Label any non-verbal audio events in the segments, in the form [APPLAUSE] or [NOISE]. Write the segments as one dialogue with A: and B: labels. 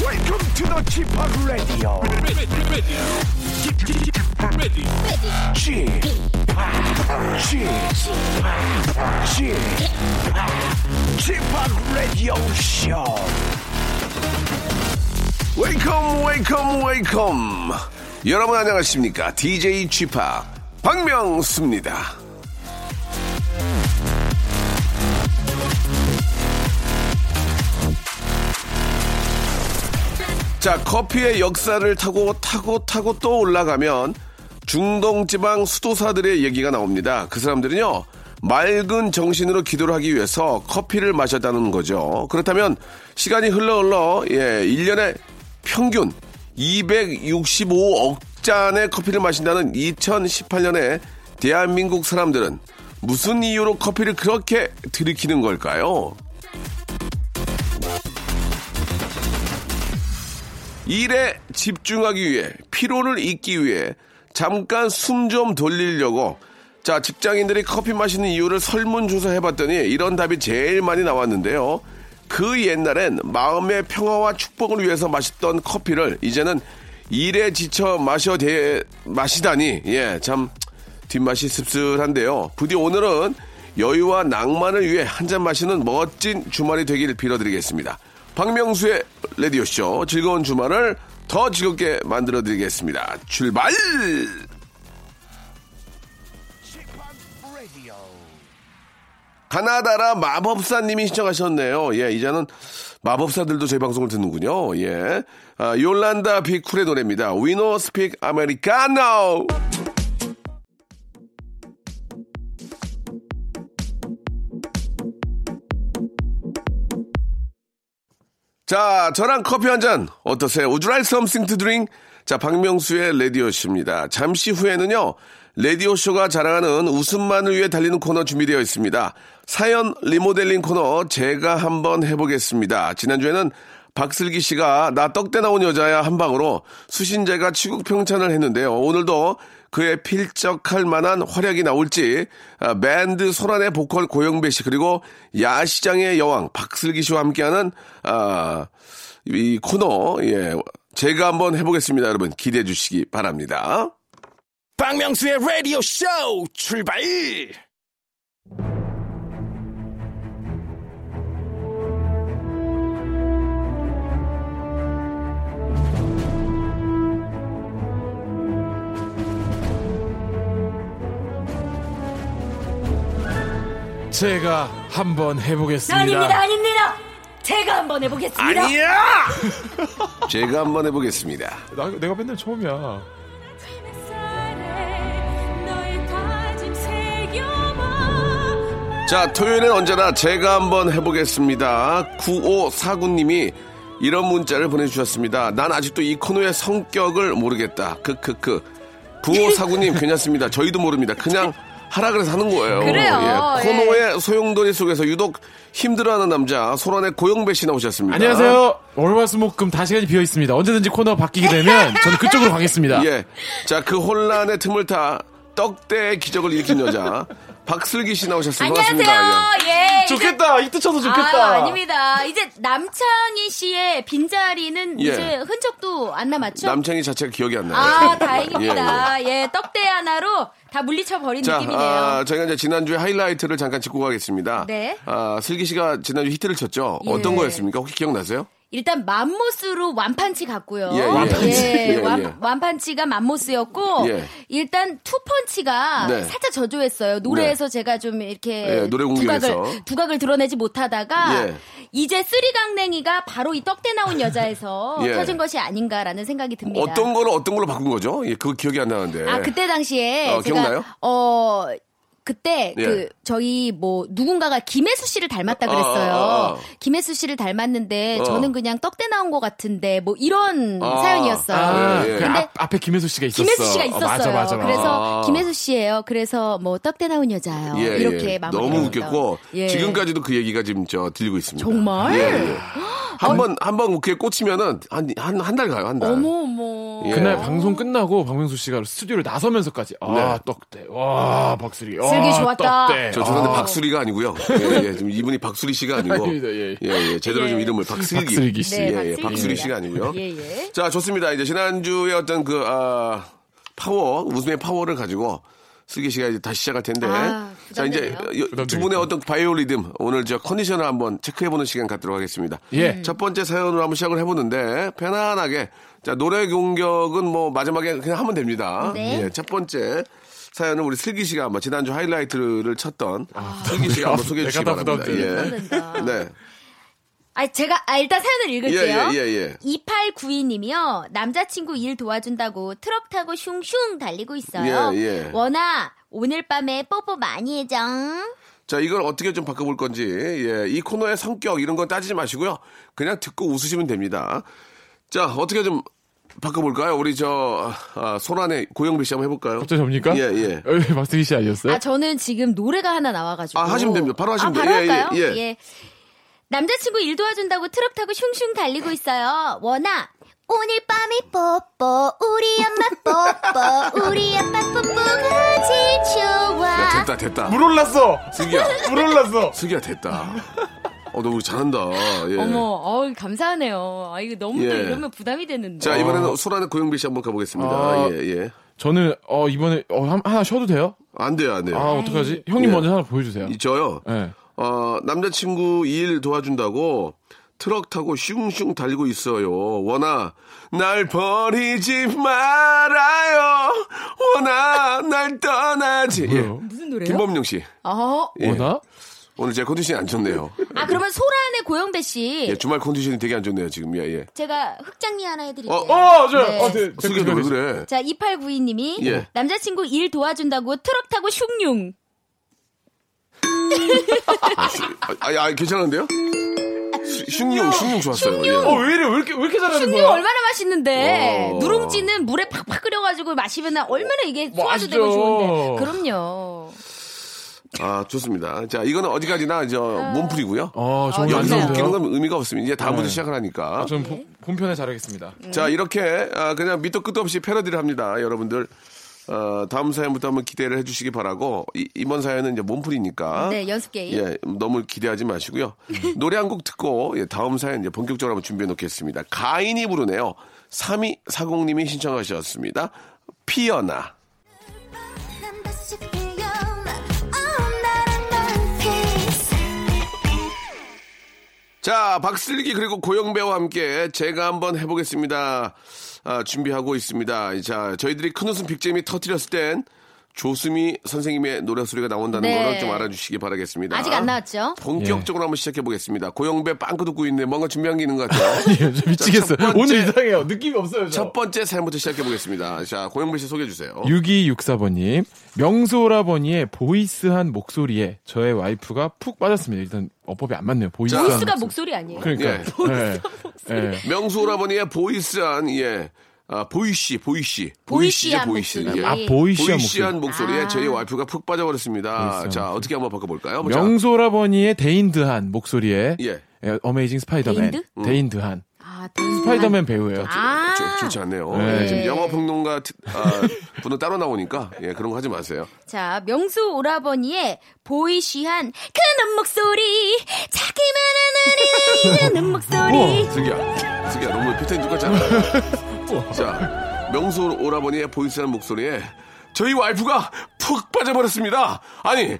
A: Welcome to the Chip Radio.
B: ready, ready, ready, ready.
A: Chip, Chip, Chip, Radio Show.
C: 웨이컴 웨이컴 웨이컴 여러분 안녕하십니까 DJ g 파 박명수입니다 자 커피의 역사를 타고 타고 타고 또 올라가면 중동 지방 수도사들의 얘기가 나옵니다 그 사람들은요 맑은 정신으로 기도를 하기 위해서 커피를 마셨다는 거죠 그렇다면 시간이 흘러 흘러 예 1년에 평균 265억 잔의 커피를 마신다는 2018년에 대한민국 사람들은 무슨 이유로 커피를 그렇게 들이키는 걸까요? 일에 집중하기 위해 피로를 잊기 위해 잠깐 숨 좀 돌리려고 자 직장인들이 커피 마시는 이유를 설문조사 해봤더니 이런 답이 제일 많이 나왔는데요. 그 옛날엔 마음의 평화와 축복을 위해서 마셨던 커피를 이제는 일에 지쳐 마셔 대 마시다니 예참 뒷맛이 씁쓸한데요. 부디 오늘은 여유와 낭만을 위해 한 잔 마시는 멋진 주말이 되길 빌어드리겠습니다. 박명수의 라디오쇼 즐거운 주말을 더 즐겁게 만들어드리겠습니다. 출발!
A: Radio.
C: 가나다라 마법사님이 신청하셨네요. 예, 이제는 마법사들도 저희 방송을 듣는군요. 예. 아, 요란다 비쿨의 노래입니다. 위노 스픽 아메리카노! 자, 저랑 커피 한 잔 어떠세요? Would you like something to drink? 자, 박명수의 라디오쇼입니다. 잠시 후에는요, 라디오쇼가 자랑하는 웃음만을 위해 달리는 코너 준비되어 있습니다. 사연 리모델링 코너 제가 한번 해보겠습니다. 지난주에는 박슬기 씨가 나 떡대 나온 여자야 한 방으로 수신제가 치국평찬을 했는데요. 오늘도 그의 필적할 만한 활약이 나올지 아, 밴드 소란의 보컬 고영배 씨 그리고 야시장의 여왕 박슬기 씨와 함께하는 아, 이 코너 예 제가 한번 해보겠습니다. 여러분 기대해 주시기 바랍니다.
A: 박명수의 Radio Show 출발.
D: 제가 한번 해보겠습니다.
E: 아닙니다, 아닙니다. 제가 한번 해보겠습니다.
C: 아니야! 제가 한번 해보겠습니다.
D: 나, 내가 맨날 처음이야.
C: 자, 토요일엔 언제나 제가 한번 해보겠습니다. 9549님이 이런 문자를 보내주셨습니다. 난 아직도 이 코너의 성격을 모르겠다. 크크크.
E: [LAUGHS]
C: 9549님 괜찮습니다. 저희도 모릅니다. 그냥 하라 그래서 하는 거예요.
E: 그래요.
C: 예, 코너의 소용돌이 속에서 유독 힘들어하는 남자 소란의 고영배 씨 나오셨습니다.
D: 안녕하세요. 월화수목금 다 시간이 비어 있습니다. 언제든지 코너 바뀌게
E: [LAUGHS]
D: 되면 저는 그쪽으로 가겠습니다.
C: 예. 자, 그 혼란의 틈을 타 떡대의 기적을 일으킨 여자 박슬기 씨 나오셨습니다. 반갑습니다.
E: 안녕하세요. 예.
D: 좋겠다. 이뜻 쳐서
E: 이제,
D: 좋겠다.
E: 아, 아닙니다. 이제 남창희 씨의 빈자리는
C: 예.
E: 이제 흔적도 안
C: 예.
E: 남았죠?
C: 남창희 자체가 기억이 안 나요.
E: 아, 다행입니다. 예, 떡대 하나로 다 물리쳐 버린
C: 자,
E: 느낌이네요.
C: 아, 저희가 이제 지난주에 하이라이트를 잠깐 짚고 가겠습니다.
E: 네.
C: 아, 슬기 씨가 지난주 히트를 쳤죠?
E: 예.
C: 어떤 거였습니까? 혹시 기억나세요?
E: 일단 맘모스로 완판치 갔고요.
C: 예, 예. 완판치. 예, 예.
E: 완판, 치가 맘모스였고
C: 예.
E: 일단 투펀치가
C: 네.
E: 살짝 저조했어요. 노래에서 제가 좀 이렇게
C: 예, 노래 공개에서.
E: 두각을 두각을 드러내지 못하다가
C: 예.
E: 이제 쓰리강냉이가 바로 이 떡대 나온 여자에서
C: [LAUGHS] 예.
E: 터진 것이 아닌가라는 생각이 듭니다.
C: 어떤 거를 어떤 걸로 바꾼 거죠? 예, 그거 기억이 안 나는데.
E: 예. 아 그때 당시에
C: 어,
E: 제가
C: 기억나요?
E: 어 그때
C: 예.
E: 그 저희 뭐 누군가가 김혜수 씨를 닮았다 그랬어요.
C: 아, 아, 아.
E: 김혜수 씨를 닮았는데
C: 어.
E: 저는 그냥 떡대 나온 것 같은데 뭐 이런
C: 아.
E: 사연이었어요.
D: 아,
C: 예, 예.
D: 그
E: 근데
D: 앞, 앞에 김혜수 씨가 있었어.
E: 김혜수 씨가
D: 어,
E: 있었어요.
D: 맞아, 맞아, 맞아.
E: 그래서
C: 아.
E: 김혜수 씨예요. 그래서 뭐 떡대 나온 여자예요.
C: 예,
E: 이렇게
C: 예.
E: 마무리.
C: 너무 웃겼고 지금까지도 그 얘기가 지금 저 들리고 있습니다.
E: 정말?
C: 예, 예. 한 번, 한 번 그렇게 꽂히면은 한, 한, 한 달 가요, 한 달.
E: 어머 어머.
C: 예.
D: 그날 방송 끝나고 박명수 씨가 스튜디오를 나서면서까지 아
C: 네.
D: 떡대 와 박수리 와,
E: 슬기 좋았다.
D: 떡대.
C: 저 죄송한데
D: 아,
C: 박수리가 아니고요. 예, 예. 지금 이분이 박수리 씨가 아니고.
D: [LAUGHS] 아닙니다, 예.
C: 예, 제대로 좀
E: 예.
C: 이름을 박슬기.
D: 박슬기 씨.
E: 네,
C: 예, 예. 박수리
E: 박슬기입니다.
C: 씨가 아니고요.
E: 예, 예.
C: 자, 좋습니다. 이제 지난주에 어떤 그, 아, 파워, 웃음의 파워를 가지고 슬기 씨가 이제 다시 시작할 텐데.
E: 아,
C: 자, 이제
E: 부담되네요.
C: 여- 두 분의
D: 부담되겠다.
C: 어떤 바이오리듬, 오늘 저 컨디션을 한번 체크해보는 시간 갖도록 하겠습니다.
E: 음.
D: 예.
C: 첫 번째 사연으로 한번 시작을 해보는데, 편안하게. 자, 노래 공격은 뭐 마지막에 그냥 하면 됩니다.
E: 네.
C: 예, 첫 번째. 사연은 우리 슬기 씨가 한번 지난주 하이라이트를 쳤던 슬기 씨가 한번 소개해 주시기
D: 내가 다
C: 바랍니다.
E: 부담된다.
C: 네.
E: 아, 제가 아, 일단 사연을 읽을게요.
C: 예, 예, 예, 예.
E: 2892님이요. 남자친구 일 도와준다고 트럭 타고 슝슝 달리고 있어요.
C: 예, 예.
E: 원아, 오늘 밤에 뽀뽀 많이 해줘.
C: 자, 이걸 어떻게 좀 바꿔볼 건지, 예, 이 코너의 성격 이런 건 따지지 마시고요. 그냥 듣고 웃으시면 됩니다. 자, 어떻게 좀 바꿔볼까요? 우리 저, 아, 소란의 고영배 씨 한번 해볼까요?
D: 갑자기 접니까?
C: 예, 예.
D: 어, 박수리 씨 아니었어요?
E: 아, 저는 지금 노래가 하나 나와가지고.
C: 네? 아, 하시면 됩니다. 바로 하시면
E: 아, 바로
C: 돼요. 예,
E: 할까요?
C: 예, 예.
E: 남자친구 일 도와준다고 트럭 타고 슝슝 달리고 있어요. 원아, 오늘 밤에 뽀뽀, 우리 엄마 뽀뽀, 우리 아빠 뽀뽀가 제일 좋아.
C: 야, 됐다, 됐다.
D: 물 올랐어
C: 슬기야,
D: 물 올랐어
C: 슬기야, 됐다. 어, 너 잘한다. 예.
E: 어머, 어우, 감사하네요. 아, 이거 너무 또
C: 예.
E: 이러면 부담이 되는데.
C: 자, 이번에는 소란의 고영배 씨 한번 가보겠습니다.
D: 아.
C: 예, 예.
D: 저는 어 이번에 어 한- 하나 쉬어도 돼요?
C: 안 돼요, 안 돼요.
D: 아
E: 음.
D: 어떡하지? 형님
C: 예.
D: 먼저 하나 보여주세요.
C: 이- 저요.
D: 예.
C: 어, 남자친구 일 도와준다고 트럭 타고 슝슝 달리고 있어요. 원아, 날 버리지 말아요. 원아, 날 떠나지.
D: 뭐예요?
E: 무슨 노래요?
C: 김범용 씨.
E: 어?
C: 예.
D: 어, 워낙
C: 오늘 제 컨디션이 안 좋네요.
E: 아, 그러면 소란의 고영배 씨.
C: 예, 주말 컨디션이 되게 안 좋네요, 지금. 예, 예.
E: 제가 흑장미 하나 해드릴게요.
C: 어,
D: 어, 저,
E: 네.
D: 어, 네,
C: 수기 너왜 그래?
E: 자, 2892님이
C: 예.
E: 남자친구 일 도와준다고 트럭 타고 슝늉.
C: 아, 아, 아, 괜찮은데요? 수- 슝룡, 슝룡 좋았어요. 예.
D: 어, 왜 이래? 왜 이렇게, 왜 이렇게 잘하는
E: 슝늉
D: 거야?
E: 얼마나 맛있는데.
C: 와.
E: 누룽지는 물에 팍팍 끓여가지고 마시면 얼마나 이게
D: 뭐
E: 소화도 되고
D: 아시죠?
E: 좋은데. 그럼요.
C: 아, 좋습니다. 자, 이거는 어디까지나 저 몸풀이고요.
D: 어,
E: 아,
D: 정말 안
C: 여기서
E: 좋네요.
C: 웃기는 건 의미가 없습니다. 이제 다음부터
D: 네.
C: 시작을 하니까.
D: 저는 본- 본편에 잘하겠습니다.
C: 자 이렇게 아, 그냥 밑도 끝도 없이 패러디를 합니다 여러분들 어, 다음 사연부터 한번 기대를 해주시기 바라고 이, 번 사연은 이제 몸풀이니까
E: 네, 연습 게임.
C: 예 너무 기대하지 마시고요 노래 한 곡 듣고 예, 다음 사연 이제 본격적으로 한번 준비해 놓겠습니다 가인이 부르네요 3240님이 신청하셨습니다 피어나
F: 한 번씩 빌려온 Oh, 나랑 넌 peace
C: 자, 박슬기 그리고 고영배와 함께 제가 한번 해보겠습니다. 아, 준비하고 있습니다. 자, 저희들이 큰 웃음 빅잼이 터뜨렸을 땐 조수미 선생님의 노래 소리가 나온다는
E: 네.
C: 거를 좀 알아주시기 바라겠습니다.
E: 아직 안 나왔죠?
C: 본격적으로 한번 시작해보겠습니다. 고영배 빵꾸 듣고 있는데 뭔가 준비한 게 있는 것
E: [LAUGHS]
C: 같아요.
D: [LAUGHS] 예, 저
C: 자,
D: 미치겠어요.
C: 첫 번째-
D: 오늘 이상해요. 느낌이 없어요. 저.
C: 첫 번째 사연부터 시작해보겠습니다. 자, 고영배 씨 소개해주세요.
D: 6264번님, 명소라버니의 보이스한 목소리에 저의 와이프가 푹 빠졌습니다. 일단 어법이 안 맞네요. 보이스한
E: 보이스가 목소리 아니에요?
D: 아, 그러니까.
C: 예.
D: 예. 예.
C: 명수 오라버니의 보이스한, 예. 아, 보이씨, 보이씨.
E: 보이씨한
C: 보이씨.
E: 목소리.
C: 예.
D: 아, 보이시한 목소리.
C: 보이씨한 목소리에 저희 와이프가 푹 빠져버렸습니다.
D: 보이스한
C: 자, 어떻게 한번 바꿔볼까요? 보자.
D: 명소라버니의 데인드한 목소리에
C: 예.
D: 예, 음. 어메이징 스파이더맨
E: 데인드?
D: 데인드? 한
E: 아,
D: 스파이더맨 배우예요.
E: 아,
C: 좋- 좋지 않네요.
D: 네.
C: 예, 지금 영어 평론가 티- 아, 분은 따로 나오니까 예 그런 거 하지 마세요.
E: 아, 자, 명수 오라버니의 보이시한 그는 목소리, 자기만한 우리는 이는 목소리.
C: 슬기야, 슬기야 어, 너무 패턴이 똑같지
D: [LAUGHS]
C: 않아? 자, 명수 오라버니의 보이스한 목소리에 저희 와이프가 푹 빠져버렸습니다. 아니.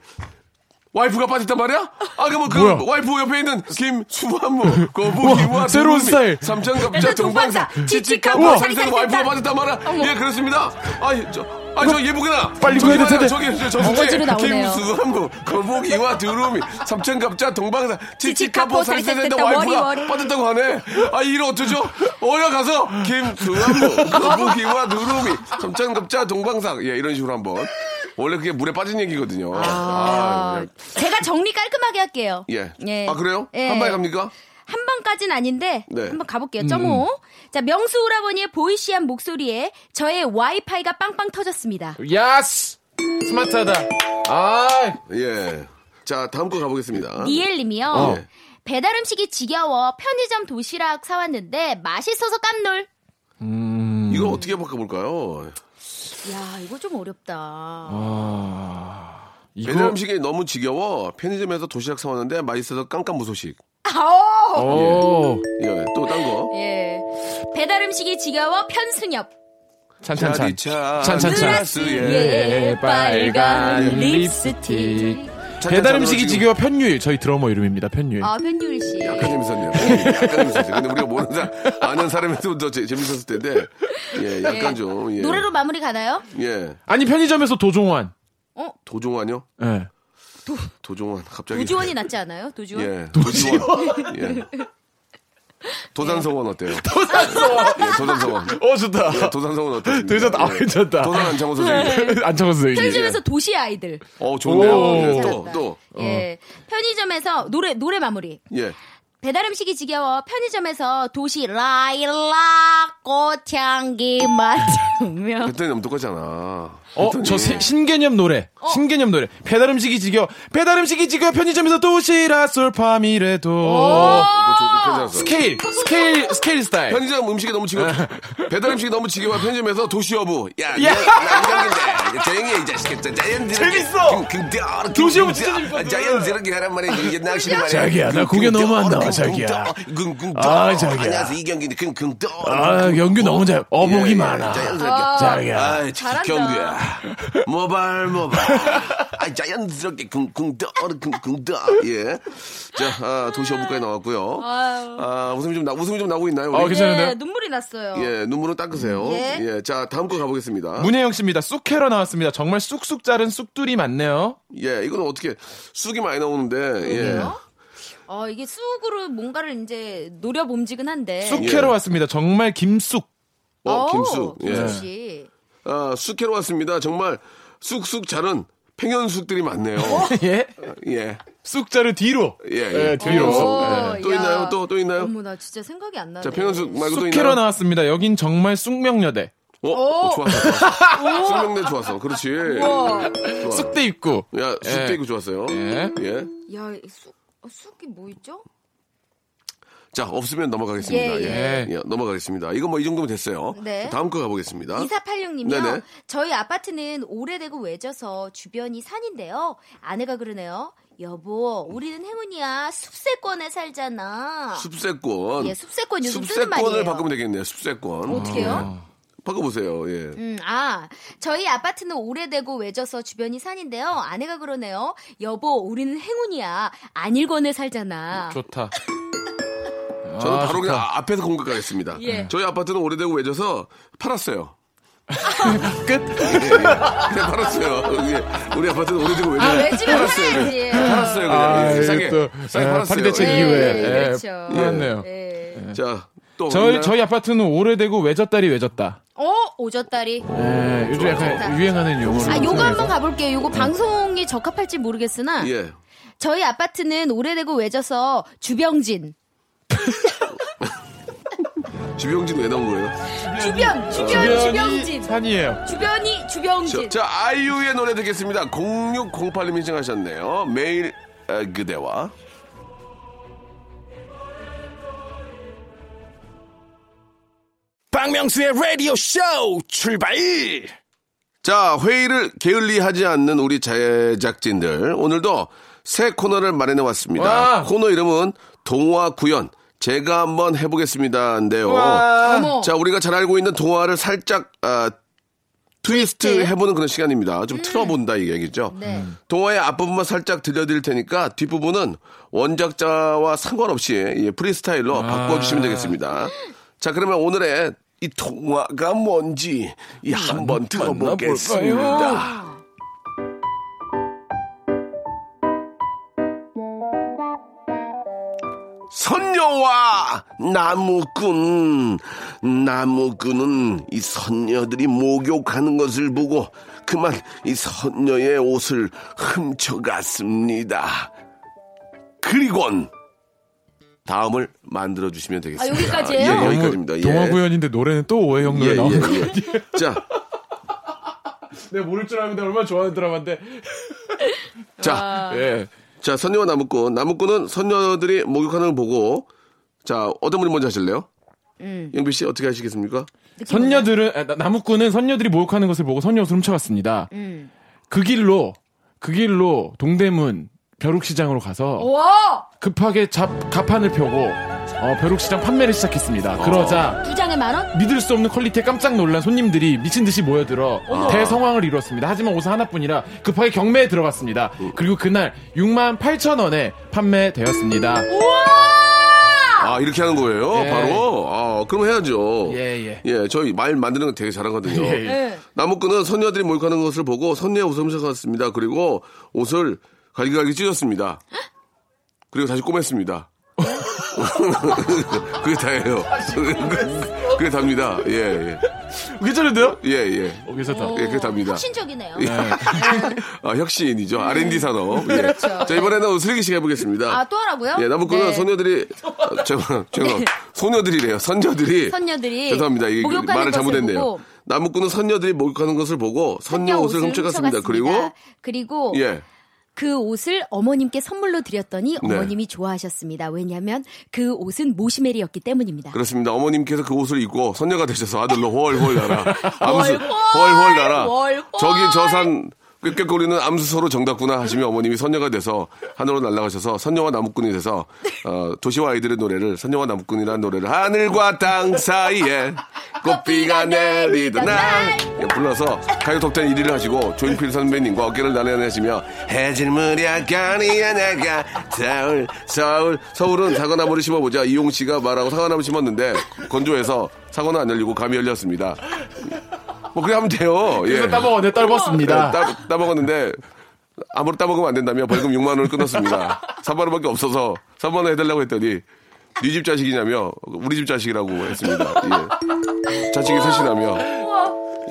C: 와이프가 빠졌단 말이야? 아, 그러면 그
D: 뭐야?
C: 와이프 옆에 있는 김수환무, 거북이와
D: 우와, 새로운 스타일.
C: 삼천갑자
E: 약간
C: 동방사,
E: 동방사,
C: 치치카고,
E: 우와.
C: 삼선 와이프가 빠졌단 말이야? 예, 그렇습니다. 아니, 저, 아니, 저 예쁘게나.
D: 빨리
C: 저기
D: 구해야 될
C: 봐요,
D: 텐데.
C: 저기, 저, 저,
E: 어거지로
C: 저,
E: 나오네요.
C: 김수환무, 거북이와 두루미, 삼천갑자 동방사, 치치카보
E: 살이
C: 살살살다
E: 뺐다, 머리,
C: 와이프가
E: 머리.
C: 빠졌다고 하네. 아, 이거 어쩌죠? 어여 가서 김두한무 거북이와 누루미 삼천갑자 동방상 예 이런 식으로 한번 원래 그게 물에 빠진 얘기거든요. 아,
E: 아, 제가 정리 깔끔하게 할게요.
C: 예. 아 그래요? 한 방에 갑니까?
E: 한 번까진 아닌데
C: 네.
E: 한번 가볼게요. 점호. 자 명수 오라버니의 보이시한 목소리에 저의 와이파이가 빵빵
C: 어,
E: 터졌습니다.
D: 야스 스마트하다. 아
C: 예. 자 다음 거 가보겠습니다.
E: 니엘님이요.
D: 어.
E: 배달 음식이 지겨워 편의점 도시락 사왔는데 맛있어서 깜놀.
D: 음.
C: 이걸 어떻게 바꿔볼까요?
E: 야 이거 좀 어렵다.
D: 아. 이거
C: 배달 음식이 너무 지겨워 편의점에서 도시락 사왔는데 맛있어서 깜깜 무소식.
E: 아오.
D: 오.
C: 예, 또 딴 거.
E: 예. 배달 음식이 지겨워 편승엽.
D: 찬찬찬.
C: 차디차.
D: 찬찬찬.
E: 예, 빨간 립스틱.
D: 배달 음식이 지겨워 편유일. 저희 드러머 이름입니다.
C: 예.
D: 편유일.
E: 아 편유리 씨.
C: 약간 재밌었네요. 예, 약간 재밌었어요. 근데 우리가 모르는 사람, 아는 사람에서도 더 재- 재밌었을 텐데. 예, 약간
E: 예.
C: 좀. 예.
E: 노래로 마무리 가나요?
C: 예.
D: 아니 편의점에서 도종환.
C: 도종환요?
D: 예.
C: 도종환. 갑자기.
E: 도지원이 낫지 않아요? 도지원.
C: 예. 도지원. 예. 도산성원 어때요? 도산성원. 예, 도산성원.
D: 어 좋다.
C: 예, 도산성원 어때요? 예.
D: 괜찮다. 아, 괜찮다.
C: 도산 안창호 선생님.
D: [LAUGHS] 안창호 선생님.
E: 편의점에서
C: 예.
E: 도시 아이들.
C: 어, 좋네요.
D: 오.
C: 예, 또, 또.
E: 예. 편의점에서 노래 노래 마무리.
C: 예.
E: 배달 음식이 지겨워 편의점에서 도시 라일락 꽃향기 맡으며
C: 그때는 너무 똑같잖아.
D: 어저 신개념 노래.
E: 어.
D: 신개념 노래. 배달 음식이 지겨. 배달 음식이 지겨. 편의점에서 도시락
E: 어.
D: 솔파미레도.
C: 어, 이거 좋고 괜찮았어.
D: 스케일 스케일 스케일 스타일.
C: 편의점 음식이 너무
D: [LAUGHS]
C: 지겨 배달 음식이 너무 지겨워 편의점에서 도시 여부 야
D: 야.
C: 이거 남경인데 조용히 해, 이 자식아 자, 자연스럽게
D: 재밌어.
C: 긍긍
D: 도시 여부 진짜 재밌어.
C: 자연스럽게 하란 말이야 이게 낚시를 말이야
D: 자기야, 나
C: 긍긍
D: 고개
C: 떠,
D: 너무 안 나와,
C: 긍긍
D: 자기야.
C: 떠, 긍긍 떠.
D: 아, 자기야.
C: 안녕하세요 이경기인데 긍긍 떠
D: 아, 연규
C: 뭐,
D: 너무
C: 예,
D: 잘 어복이
C: 자연스럽게
D: 자기야.
C: 아이
E: 잘한다.
C: 경규야 모발 모발 아 자연스럽게 긍긍 떠 긍긍 떠예자 아, 도시 여부까지 나왔고요
E: 아유.
C: 아 웃음이 좀 나 웃음이 좀 나오고 있나요
D: 어,
C: 우리?
D: 괜찮은데요?
E: 예, 눈물이 났어요.
C: 예, 눈물은 닦으세요.
E: 예.
C: 예. 자, 다음 거 가보겠습니다.
D: 문혜영 씨입니다. 쑥캐러 나왔습니다. 정말 쑥쑥 자른 쑥들이 많네요.
C: 예, 이건 어떻게, 쑥이 많이 나오는데, 예.
E: 어? 어, 이게 쑥으로 뭔가를 이제 노려봄직은 한데.
D: 쑥캐러
C: 예.
D: 왔습니다. 정말 김쑥. [LAUGHS]
C: 어,
E: 어우,
C: 김쑥. 예.
E: 김숙 씨.
C: 아, 쑥해로 왔습니다. 정말 쑥쑥 자른 팽현쑥들이 많네요.
E: 어?
D: 예?
C: 예.
D: 쑥 자르 뒤로.
C: 예, 예.
D: 예, 뒤로.
E: 오,
C: 예. 또
E: 어, 야.
C: 있나요? 또, 또 있나요?
E: 어머, 나 진짜 생각이 안 나네.
C: 자, 팽현쑥 말고 또
D: 쑥캐러
C: 있나요?
D: 나왔습니다. 여긴 정말 쑥명여대.
C: 어, 어, 좋았어, 좋았어. 쑥명내 좋았어. 그렇지. 좋아.
D: 쑥대 입구.
C: 야, 쑥대
D: 예.
C: 이거 좋았어요.
D: 예.
C: 예.
E: 야, 이 쑥, 어, 쑥이 뭐 있죠?
C: 자, 없으면 넘어가겠습니다.
E: 예,
C: 예,
D: 예.
C: 예, 넘어가겠습니다. 이거 뭐 이 정도면 됐어요.
E: 네.
C: 다음 거 가보겠습니다.
E: 2486님이요.
C: 어? 네네.
E: 저희 아파트는 오래되고 외져서 주변이 산인데요. 아내가 그러네요. 여보, 우리는 행운이야. 숲세권에 살잖아.
C: 숲세권.
E: 예, 숲세권 요즘 쓰는 말이에요.
C: 숲세권을 바꾸면 되겠네요. 숲세권.
E: 어떻게요?
C: 바꿔보세요. 예.
E: 음, 아, 저희 아파트는 오래되고 외져서 주변이 산인데요. 아내가 그러네요. 여보, 우리는 행운이야. 안일권에 살잖아.
D: 좋다.
C: 저는
D: 아,
C: 바로 그냥
D: 좋다.
C: 앞에서 공격하겠습니다.
E: 예.
C: 저희 아파트는 오래되고 외져서 팔았어요.
D: [LAUGHS] 끝.
C: 그냥 팔았어요. 예. 우리 아파트는 오래되고 외져서 예,
E: 아, 왜 집에 살아야지.
C: 팔았어요. 그냥.
D: 아,
C: 예.
D: 이게
C: 싸게.
D: 또,
C: 싸게
D: 예,
C: 팔았어요.
D: 파리대책
E: 예,
D: 이후에. 예.
E: 그렇죠.
D: 그렇네요.
E: 예.
C: 예. 자, 또.
D: 저희,
C: 있나요?
D: 저희 아파트는 오래되고 외졌다리 외졌다.
E: 어, 오졌다리.
D: 예, 요즘
E: 좋다.
D: 약간 유행하는 용어로.
E: 아, 요거 한번 가볼게요. 요거 방송이 적합할지 모르겠으나
C: 예.
E: 저희 아파트는 오래되고 외져서 주병진.
C: 주병진 왜 나온 거예요?
E: 주변, 주변, 주병진.
D: 산이에요.
E: 주변이
C: 저,
E: 주병진.
C: 자, 아이유의 노래 듣겠습니다. 0608님 신청하셨네요. 매일 에, 그대와.
A: 박명수의 라디오 쇼 출발!
C: 자, 회의를 게을리하지 않는 우리 제작진들. 오늘도 새 코너를 마련해 왔습니다.
D: 와.
C: 코너 이름은 동화 구연. 제가 한번 해보겠습니다인데요.
E: 어머.
C: 자, 우리가 잘 알고 있는 동화를 살짝 아, 트위스트
E: 트위스트.
C: 해보는 그런 시간입니다. 좀 틀어본다 이 얘기죠.
E: 네. 음.
C: 동화의 앞부분만 살짝 들려드릴 테니까 뒷부분은 원작자와 상관없이 예, 프리스타일로 바꿔주시면 되겠습니다. 자, 그러면 오늘의 이 동화가 뭔지 이 한번 들어보겠습니다. 선녀와 나무꾼. 나무꾼은 이 선녀들이 목욕하는 것을 보고 그만 이 선녀의 옷을 훔쳐갔습니다. 그리곤 다음을 만들어 주시면 되겠습니다.
E: 아, 여기까지예요?
C: 예,
E: 너무
C: 여기까지입니다. 예.
D: 동화구연인데 노래는 또 오해형
C: 예,
D: 노래 나오는 거. [LAUGHS]
C: 예, 예. 자,
D: 내가 모를 줄 알고 내가 얼마나 좋아하는 드라마인데.
C: 자,
D: 예.
C: 자, 선녀와 나무꾼. 나무꾼은 선녀들이 목욕하는 걸 보고, 자, 어떤 분이 먼저 하실래요?
D: 음.
C: 영비 씨, 어떻게 하시겠습니까?
D: 선녀들은 아, 나- 나무꾼은 선녀들이 목욕하는 것을 보고 선녀 옷을 훔쳐갔습니다. 그 길로 그 길로 동대문 벼룩시장으로 가서
E: 와!
D: 급하게 잡 가판을 펴고 어, 벼룩시장 판매를 시작했습니다. 그러자
E: 두 장에 만 원?
D: 믿을 수 없는 퀄리티에 깜짝 놀란 손님들이 미친 듯이 모여들어 대성황을 이루었습니다. 하지만 옷은 하나뿐이라 급하게 경매에 들어갔습니다. 그리고 그날 6만 8천 원에 판매되었습니다.
C: 아, 이렇게 하는 거예요?
D: 예.
C: 바로? 아, 그럼 해야죠.
D: 예, 예.
C: 저희 말 만드는 거 되게 잘하거든요.
D: 예, 예.
E: 예.
C: 나무꾼은 선녀들이 몰카는 것을 보고 선녀의 옷을 훔쳐갔습니다. 그리고 옷을 갈기갈기 찢었습니다. 그리고 다시 꼬맸습니다.
D: 어?
C: [LAUGHS] 그게 다예요. 그게 답니다. 예, 예.
D: 괜찮은데요?
C: 예, 예.
D: 어, 괜찮다.
C: 예, 그게 답니다.
E: 혁신적이네요.
C: 예. 아, 혁신이죠. R&D 산업. 예.
E: 네. 그렇죠.
C: 자, 이번에는 슬기 씨가 해보겠습니다.
E: 아, 또 하라고요?
C: 예, 나무꾼은
E: 네. [LAUGHS]
C: 소녀들이, 아, 죄송, 죄송. 소녀들이래요. 선녀들이.
E: 선녀들이
C: 죄송합니다. 이게
E: 목욕하는
C: 말을
E: 것을
C: 잘못했네요.
E: 보고
C: 나무꾼은 선녀들이 목욕하는 것을 보고 선녀 옷을 훔쳐갔습니다. 그리고,
E: 그리고
C: 예.
E: 그 옷을 어머님께 선물로 드렸더니
C: 네.
E: 어머님이 좋아하셨습니다. 왜냐하면 그 옷은 모시메리였기 때문입니다.
C: 그렇습니다. 어머님께서 그 옷을 입고 선녀가 되셔서 아들로 훨훨
E: [LAUGHS]
C: 날아. 암수,
E: 훨훨,
C: 훨훨 날아.
E: 훨훨.
C: 저기 저산 꾀꾀꼬리는 암수서로 정답구나 하시며 어머님이 선녀가 돼서 하늘로 날아가셔서 선녀와 나무꾼이 돼서 어, 도시와 아이들의 노래를 선녀와 나무꾼이라는 노래를 하늘과 땅 사이에 꽃비가 내리던 날 예, 불러서 가요 톱텐 1위를 하시고 조인필 선배님과 어깨를 나란히하시며 해질 무렵 거리에 나가 서울 서울 서울은 사과나무를 심어보자 이용 씨가 말하고 사과나무 심었는데 건조해서 사과는 안 열리고 감이 열렸습니다. 뭐 그래 하면 돼요.
D: 그래서
C: 예.
D: 따먹어, 네,
C: 따,
D: 따먹었습니다.
C: 따먹었는데 아무로 따먹으면 안 된다며 벌금 6만 원을 끊었습니다. 3만 원밖에 없어서 3만 원 해달라고 했더니 네 집 자식이냐며 우리 집 자식이라고 했습니다. 예. 자식이 셋이라며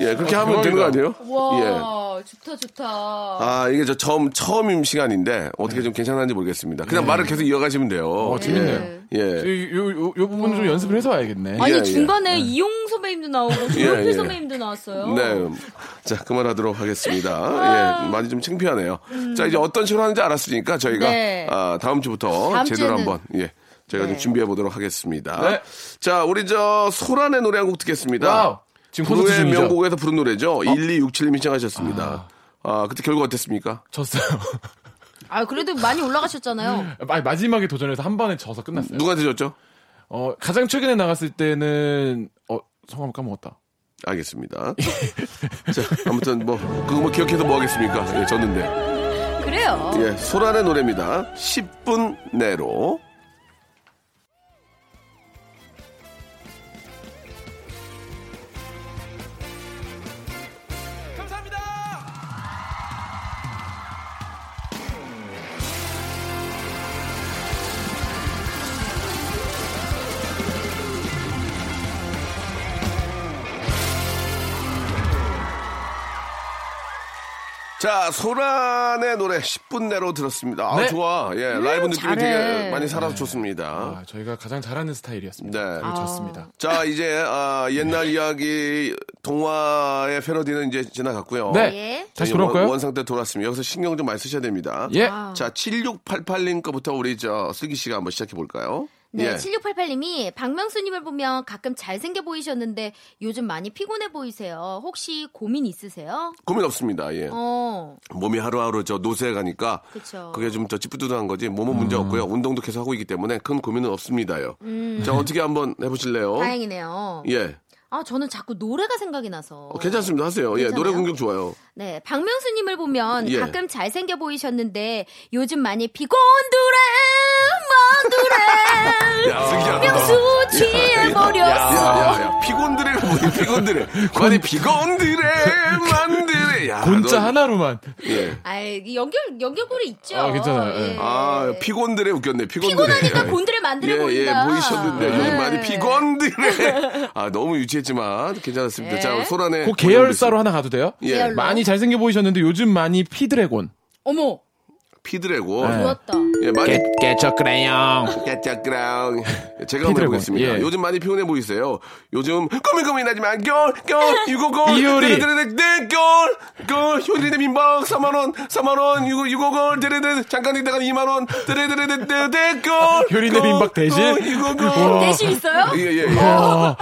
C: 예 그렇게 하면 되는 거 아니에요? 예.
E: 어, 좋다 좋다.
C: 아 이게 저 처음 처음 시간인데 어떻게 좀 괜찮은지 모르겠습니다. 그냥 말을 계속 이어가시면 돼요.
D: 네. 재밌네요.
C: 예.
D: 저 요, 요, 요, 요 부분 좀 연습을 해서 와야겠네.
E: 아니
C: 예,
E: 중간에 이용 선배님도 나오고
C: 예,
E: 조용필
C: 예.
E: 선배님도 나왔어요. 아.
C: 네. 자, 그만하도록 하겠습니다. 예, 많이 좀 창피하네요. 자, 이제 어떤 식으로 하는지 알았으니까 저희가
E: 음. 네.
C: 아, 다음 주부터
E: 다음
C: 제대로
E: 주에는-
C: 한번 예. 저희가 좀
E: 네.
C: 준비해 보도록 하겠습니다.
D: 네.
C: 자, 우리 저 소란의 노래 한 곡 듣겠습니다.
D: 와우. 지금 콘서트
C: 불후의
D: 중이죠?
C: 명곡에서 부른 노래죠.
E: 어?
C: 1267님이 신청하셨습니다. 아. 그때 결과 어땠습니까?
D: 졌어요.
E: 아 그래도 많이
C: 음.
E: 올라가셨잖아요.
D: 아니, 마지막에 도전해서 한 번에 져서 끝났어요.
C: 누구한테 졌죠?
D: 어, 가장 최근에 나갔을 때는 어, 성함 까먹었다.
E: [LAUGHS]
C: 알겠습니다. 자, 아무튼 뭐 그거 뭐 기억해도 뭐 하겠습니까? 예, 졌는데.
E: 그래요.
C: 예, 소란의 노래입니다. 10분 내로. 자, 소란의 노래 10분 내로 들었습니다. 아,
D: 네.
C: 좋아. 예, 라이브 느낌이 되게
E: 잘해.
C: 많이 살아서 좋습니다.
D: 아, 저희가 가장 잘하는 스타일이었습니다.
C: 어? 네.
E: 아.
D: 그리고 졌습니다.
C: 자, 이제 아, 옛날 이야기 동화의 패러디는 이제 지나갔고요.
D: 네.
E: 예.
C: 아. 저희
D: 다시
C: 원-
D: 돌아올까요?
C: 원상 태 돌아왔습니다. 여기서 신경 좀 많이 쓰셔야 됩니다.
D: 예.
E: 아.
C: 자, 7688님 거부터 우리 저 슬기 씨가 한번 시작해 볼까요?
E: 네,
C: 예.
E: 7688님이 박명수님을 보면 가끔 잘생겨 보이셨는데 요즘 많이 피곤해 보이세요. 혹시 고민 있으세요?
C: 고민 없습니다. 예.
E: 어,
C: 몸이 하루하루 저 노쇠해 가니까
E: 그쵸.
C: 그게 좀 더 찌뿌둥한 거지 몸은
D: 음.
C: 문제 없고요. 운동도 계속 하고 있기 때문에 큰 고민은 없습니다요. 자, 어떻게 한번 해 보실래요?
E: 음. 다행이네요.
C: 예.
E: 아, 저는 자꾸 노래가 생각이 나서.
C: 어, 괜찮습니다. 하세요. 예,
E: 괜찮아요?
C: 노래 공격 좋아요.
E: 네, 박명수님을 보면
C: 예.
E: 가끔 잘생겨 보이셨는데 요즘 많이 피곤드레,
C: [LAUGHS] 야, 승기야.
E: 먼드레, 아, 명수 취해버렸어.
C: 야, 야, 피곤드레가 뭐야, [LAUGHS] 피곤드레. 아니, 피곤드레, 만드레. 야,
D: 곤자
C: 넌-
D: 하나로만.
E: 네.
C: 예.
E: 아이, 연결, 연결고리 있죠.
D: 아, 괜찮아요. 예.
E: 예.
C: 아, 피곤드레 웃겼네, 피곤드레.
E: 피곤하니까 곤드레 만드레
C: 예, 예,
E: 보인다.
C: 보이셨는데, 요즘
E: 네.
C: 많이 피곤드레. 아, 너무 유치했지만, 괜찮았습니다.
E: 예.
C: 자, 소란에.
D: 그 계열사로 하나 가도 돼요?
C: 예.
E: 계열로.
D: 많이 잘생겨 보이셨는데 요즘 많이 피드래곤.
E: 어머,
C: 피드래곤.
E: 좋았다.
C: 예, 많이
D: 깨쳐 그래요.
C: 깨짝그랑 제가 한번
D: 피드래곤,
C: 해보겠습니다.
D: 예.
C: 요즘 많이 피곤해 보이세요. 요즘 꾸민꾸민 하지만 겨울 겨울 유고골
D: 이효리.
C: 드르드르드르 겨울 겨울 효리네 민박 4만 원 4만 원 유고 유고골 드르드르 잠깐 있다가 2만 원 드르드르드르 겨울
D: 효리네 민박 대신?
C: 유고골
E: 대신 있어요?
C: 예예 예.
D: 어,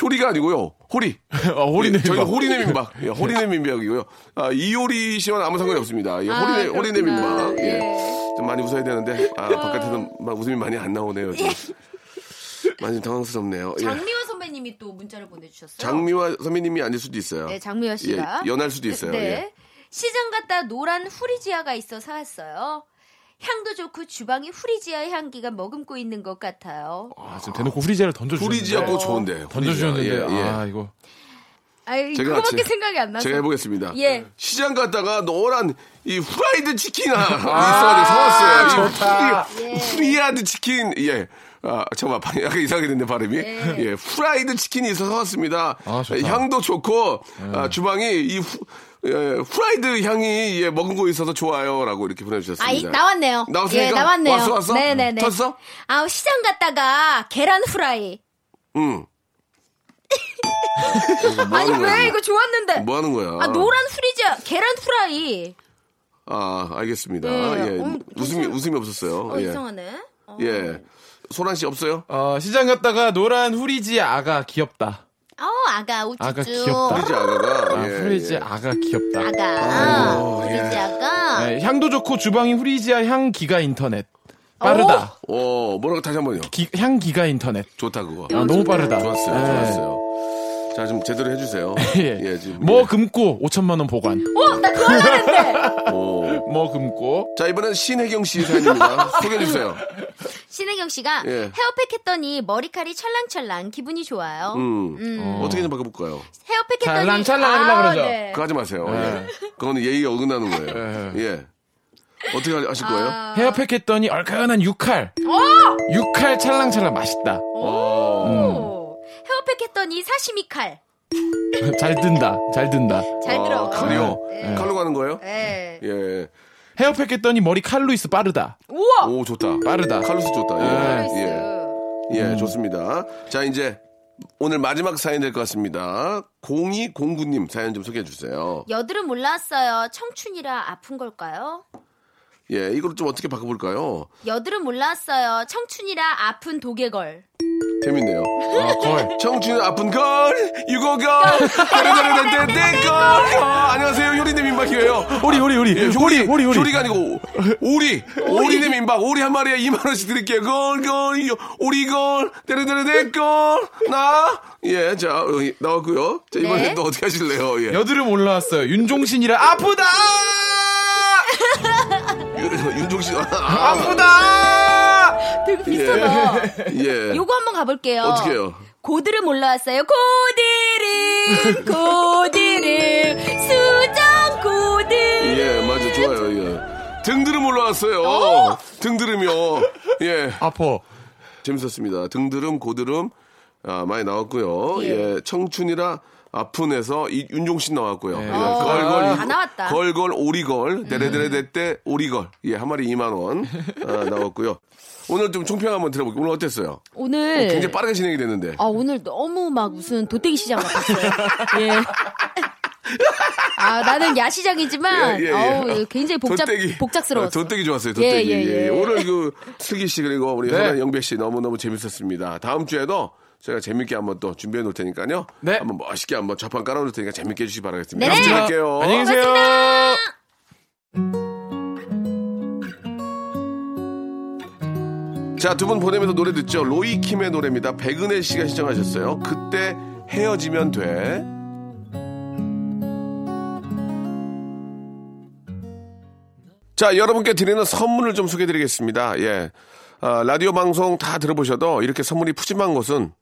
C: 효리가 아니고요 호리
D: 어, 호리네
C: 예, 저희가
D: 민박.
C: 호리네
D: [LAUGHS]
C: 민박 예, 호리네 민박이고요 아, 이효리 씨와는 아무 상관이 없습니다 예,
E: 아,
C: 호리네 호리네
E: 그렇구나. 네.
C: 민박 예. 좀 많이 웃어야 되는데 아, 바깥에서 막 웃음이 많이 안 나오네요
E: 예.
C: 지금 많이 당황스럽네요 예.
E: 장미화 선배님이 또 문자를 보내주셨어요.
C: 장미화 선배님이 아닐 수도 있어요
E: 네, 장미화 씨가
C: 예, 연할 수도 있어요
E: 네.
C: 예.
E: 시장 갔다 노란 후리지아가 있어 사왔어요. 향도 좋고 주방이 후리지아의 향기가 머금고 있는 것 같아요.
D: 아, 지금 대놓고 후리지아를 던져주셨는데.
E: 네.
D: 네.
C: 후리지하고 좋은데 후리지아.
D: 던져주셨는데
C: 예, 예.
D: 아 이거
E: 아,
C: 제가
E: 그거밖에
C: 같이-
E: 생각이 안 나서.
C: 제가 해보겠습니다.
E: 예.
C: 시장 갔다가 노란 이 후라이드 치킨
D: 아,
C: 하나 있어가지고 사왔어요. 좋다.
E: 예.
C: 후리아드 치킨 예. 아, 잠깐만, 발- 약간 이상하게 됐네, 발음이. 예. 후라이드 치킨이 있어서 사왔습니다.
D: 아, 좋다. 예.
C: 향도 좋고, 아, 주방이 이 후, 예, 후라이드 향이 예, 머금고 있어서 좋아요. 라고 이렇게 보내주셨습니다.
E: 아, 이- 나왔네요.
C: 나왔으니까?
E: 예, 나왔네요.
C: 왔어, 왔어?
E: 네네네.
C: 쳤어?
E: 아, 시장 갔다가 계란 후라이.
C: 응. 음. 뭐
E: [LAUGHS] 아니,
C: 하는 거야,
E: 왜? 이거 좋았는데.
C: 뭐 하는 거야?
E: 아, 노란 후리지아, 계란 후라이.
C: 아, 알겠습니다.
E: 네.
C: 예.
E: 음,
C: 웃음이,
E: 괜찮아.
C: 웃음이 없었어요.
E: 어,
C: 예.
E: 이상하네.
D: 아.
E: 어.
C: 예. 소란 씨 없어요?
D: 어, 시장 갔다가 노란 후리지아 아가 귀엽다.
E: 어, 아가, 우쭈쭈.
D: 아가 귀엽다.
C: 후리지 아가가.
D: 아,
C: 예,
D: 후리지아
C: 예.
D: 아가 귀엽다.
E: 아가.
C: 오,
E: 후리지 아가.
D: 어, 예. 네, 향도 좋고 주방이 후리지아 향기가 인터넷. 빠르다.
C: 오, 어, 뭐라고 다시 한 번요.
D: 기- 향기가 인터넷.
C: 좋다, 그거.
D: 아, 너무 빠르다.
C: 좋았어요,
D: 네.
C: 좋았어요. 자, 좀 제대로 해주세요.
D: [LAUGHS] 예.
C: 지금.
D: 뭐 금고 5천만 원 보관.
E: 어, 나 그거
D: [LAUGHS]
E: 하려는데.
C: 오.
D: 뭐 금고.
C: 어. 자, 이번엔 신혜경 씨
D: [LAUGHS]
C: 사연입니다. 소개해주세요.
E: 신혜경 씨가
C: 예.
E: 헤어팩 했더니 머리칼이 찰랑찰랑 기분이 좋아요.
C: 음. 어떻게 좀 바꿔볼까요?
E: 헤어팩 했더니.
D: 찰랑찰랑 하려고
E: 아,
D: 그러죠.
E: 네.
C: 그거 하지 마세요. 예. 그거는 예의가 어긋나는 거예요.
D: 네.
C: 예. 어떻게 하- 하실 거예요?
D: 헤어팩 했더니 얼큰한 육칼. 육칼 찰랑찰랑 맛있다.
C: 어.
E: 오. 헤어팩 했더니 사시미 칼.
D: [LAUGHS] 잘 든다. 잘 든다.
C: 네,
E: 잘 들어.
C: 칼이요? 네. 칼로 가는 거예요?
E: 예.
C: 예.
D: 헤어팩 했더니 머리 칼루이스 빠르다.
E: 우와!
C: 오, 좋다.
D: 빠르다. 네.
C: 칼로스 좋다. 예. 예.
E: 어,
C: 예, 좋습니다. 자, 이제 오늘 마지막 사연 될 것 같습니다. 0209님 사연 좀 소개해 주세요.
E: 여드름 올라왔어요. 청춘이라 아픈 걸까요?
C: 예, 이걸 좀 어떻게 바꿔볼까요?
E: 여드름 올라왔어요. 청춘이라 아픈 도개걸.
C: 재밌네요.
D: 아, 걸.
C: 청춘 아픈 걸, 유고걸, 가르가르데데걸. 안녕하세요, 요리네 민박이에요.
D: 오리, 오리, 오리.
C: 예,
D: 오리,
C: 효리,
D: 오리, 오리.
C: 효리가 아니고 오리, 오리네 민박, 오리 한 마리에 2만 원씩 드릴게요. 걸, 걸, 요- 오리걸, 데레데레데걸, 나, 예, 자 어, 나왔고요. 자 이번에
E: 네.
C: 또 어떻게 하실래요? 예.
D: 여드름 올라왔어요. 윤종신이라 아프다!
C: 윤- 윤종신, 아,
D: 아프다!
E: 되게 비슷하다.
C: 예.
E: 요거 한번 가볼게요.
C: 어떻게 해요?
E: 고드름 올라왔어요.
C: [LAUGHS]
E: 고드름, 고드름, 수정 고드름.
C: 예, 맞아, 좋아요, 예. 등드름 올라왔어요. 등드름이요. 예,
D: 아퍼.
C: 재밌었습니다. 등드름, 고드름, 아, 많이 나왔고요. 예, 청춘이라 아픈에서 이- 윤종신 나왔고요. 예, 걸걸,
E: 아, 다 나왔다. 음.
C: 걸걸, 오리걸, 데레데레데때 오리걸. 예, 한 마리 2만원 아, 나왔고요. 오늘 좀 총평 한번 들어볼게요. 오늘 어땠어요?
E: 오늘
C: 굉장히 빠르게 진행이 됐는데.
E: 아 오늘 너무 막 무슨 도떼기
C: [LAUGHS]
E: 시장 같았어요. 예. 아 나는 야시장이지만
C: 예, 예, 예.
E: 어우 굉장히 복잡
C: 돗대기.
E: 복잡스러웠어.
C: 어, 돗대기 좋았어요.
E: 예,
C: 돗대기.
E: 예, 예.
C: 예, 오늘 그 슬기 씨 그리고 우리
D: 네.
C: 네. 영배 씨 너무 너무 재밌었습니다. 다음 주에도 저희가 재밌게 한번 또 준비해 놓을 테니까요.
D: 네.
C: 한번 멋있게 한번 좌판 깔아 놓을 테니까 재밌게 해주시기 바라겠습니다.
E: 네.
C: 다음 주에 뵐게요.
D: 안녕히 계세요.
C: 자, 두 분 보내면서 노래 듣죠. 로이 킴의 노래입니다. 백은혜 씨가 시청하셨어요. 그때 헤어지면 돼. 자, 여러분께 드리는 선물을 좀 소개해 드리겠습니다. 예. 아, 라디오 방송 다 들어보셔도 이렇게 선물이 푸짐한 곳은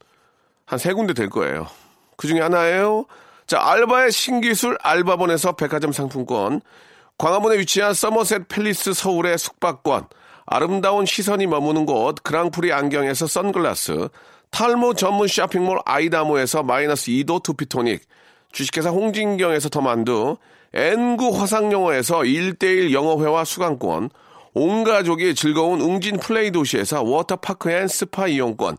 C: 한 세 군데 될 거예요. 그 중에 하나예요. 자, 알바의 신기술 알바본에서 백화점 상품권, 광화문에 위치한 서머셋 팰리스 서울의 숙박권, 아름다운 시선이 머무는 곳 그랑프리 안경에서 선글라스, 탈모 전문 쇼핑몰 아이다모에서 마이너스 2도 투피토닉, 주식회사 홍진경에서 더만두, N구 화상영어에서 일대일 영어회화 수강권, 온 가족이 즐거운 웅진 플레이 도시에서 워터파크 앤 스파 이용권,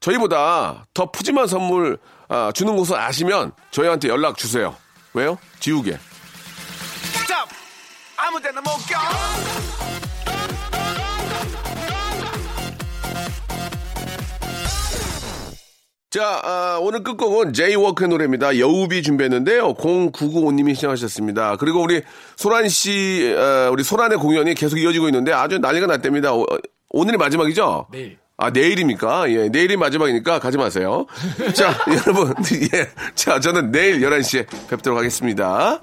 C: 저희보다 더 푸짐한 선물 아, 주는 곳을 아시면 저희한테 연락 주세요. 왜요? 지우개.
A: 아무데나 못 껴.
C: 자, 아, 오늘 끝곡은 제이워크의 노래입니다. 여우비 준비했는데요. 0995님이 시청하셨습니다. 그리고 우리 소란 씨, 어, 우리 소란의 공연이 계속 이어지고 있는데 아주 난리가 났답니다. 어, 오늘이 마지막이죠?
D: 내일.
C: 아, 내일입니까? 예, 내일이 마지막이니까 가지 [LAUGHS] 마세요. 자, 여러분, 예. 자, 저는 내일 11시에 뵙도록 하겠습니다.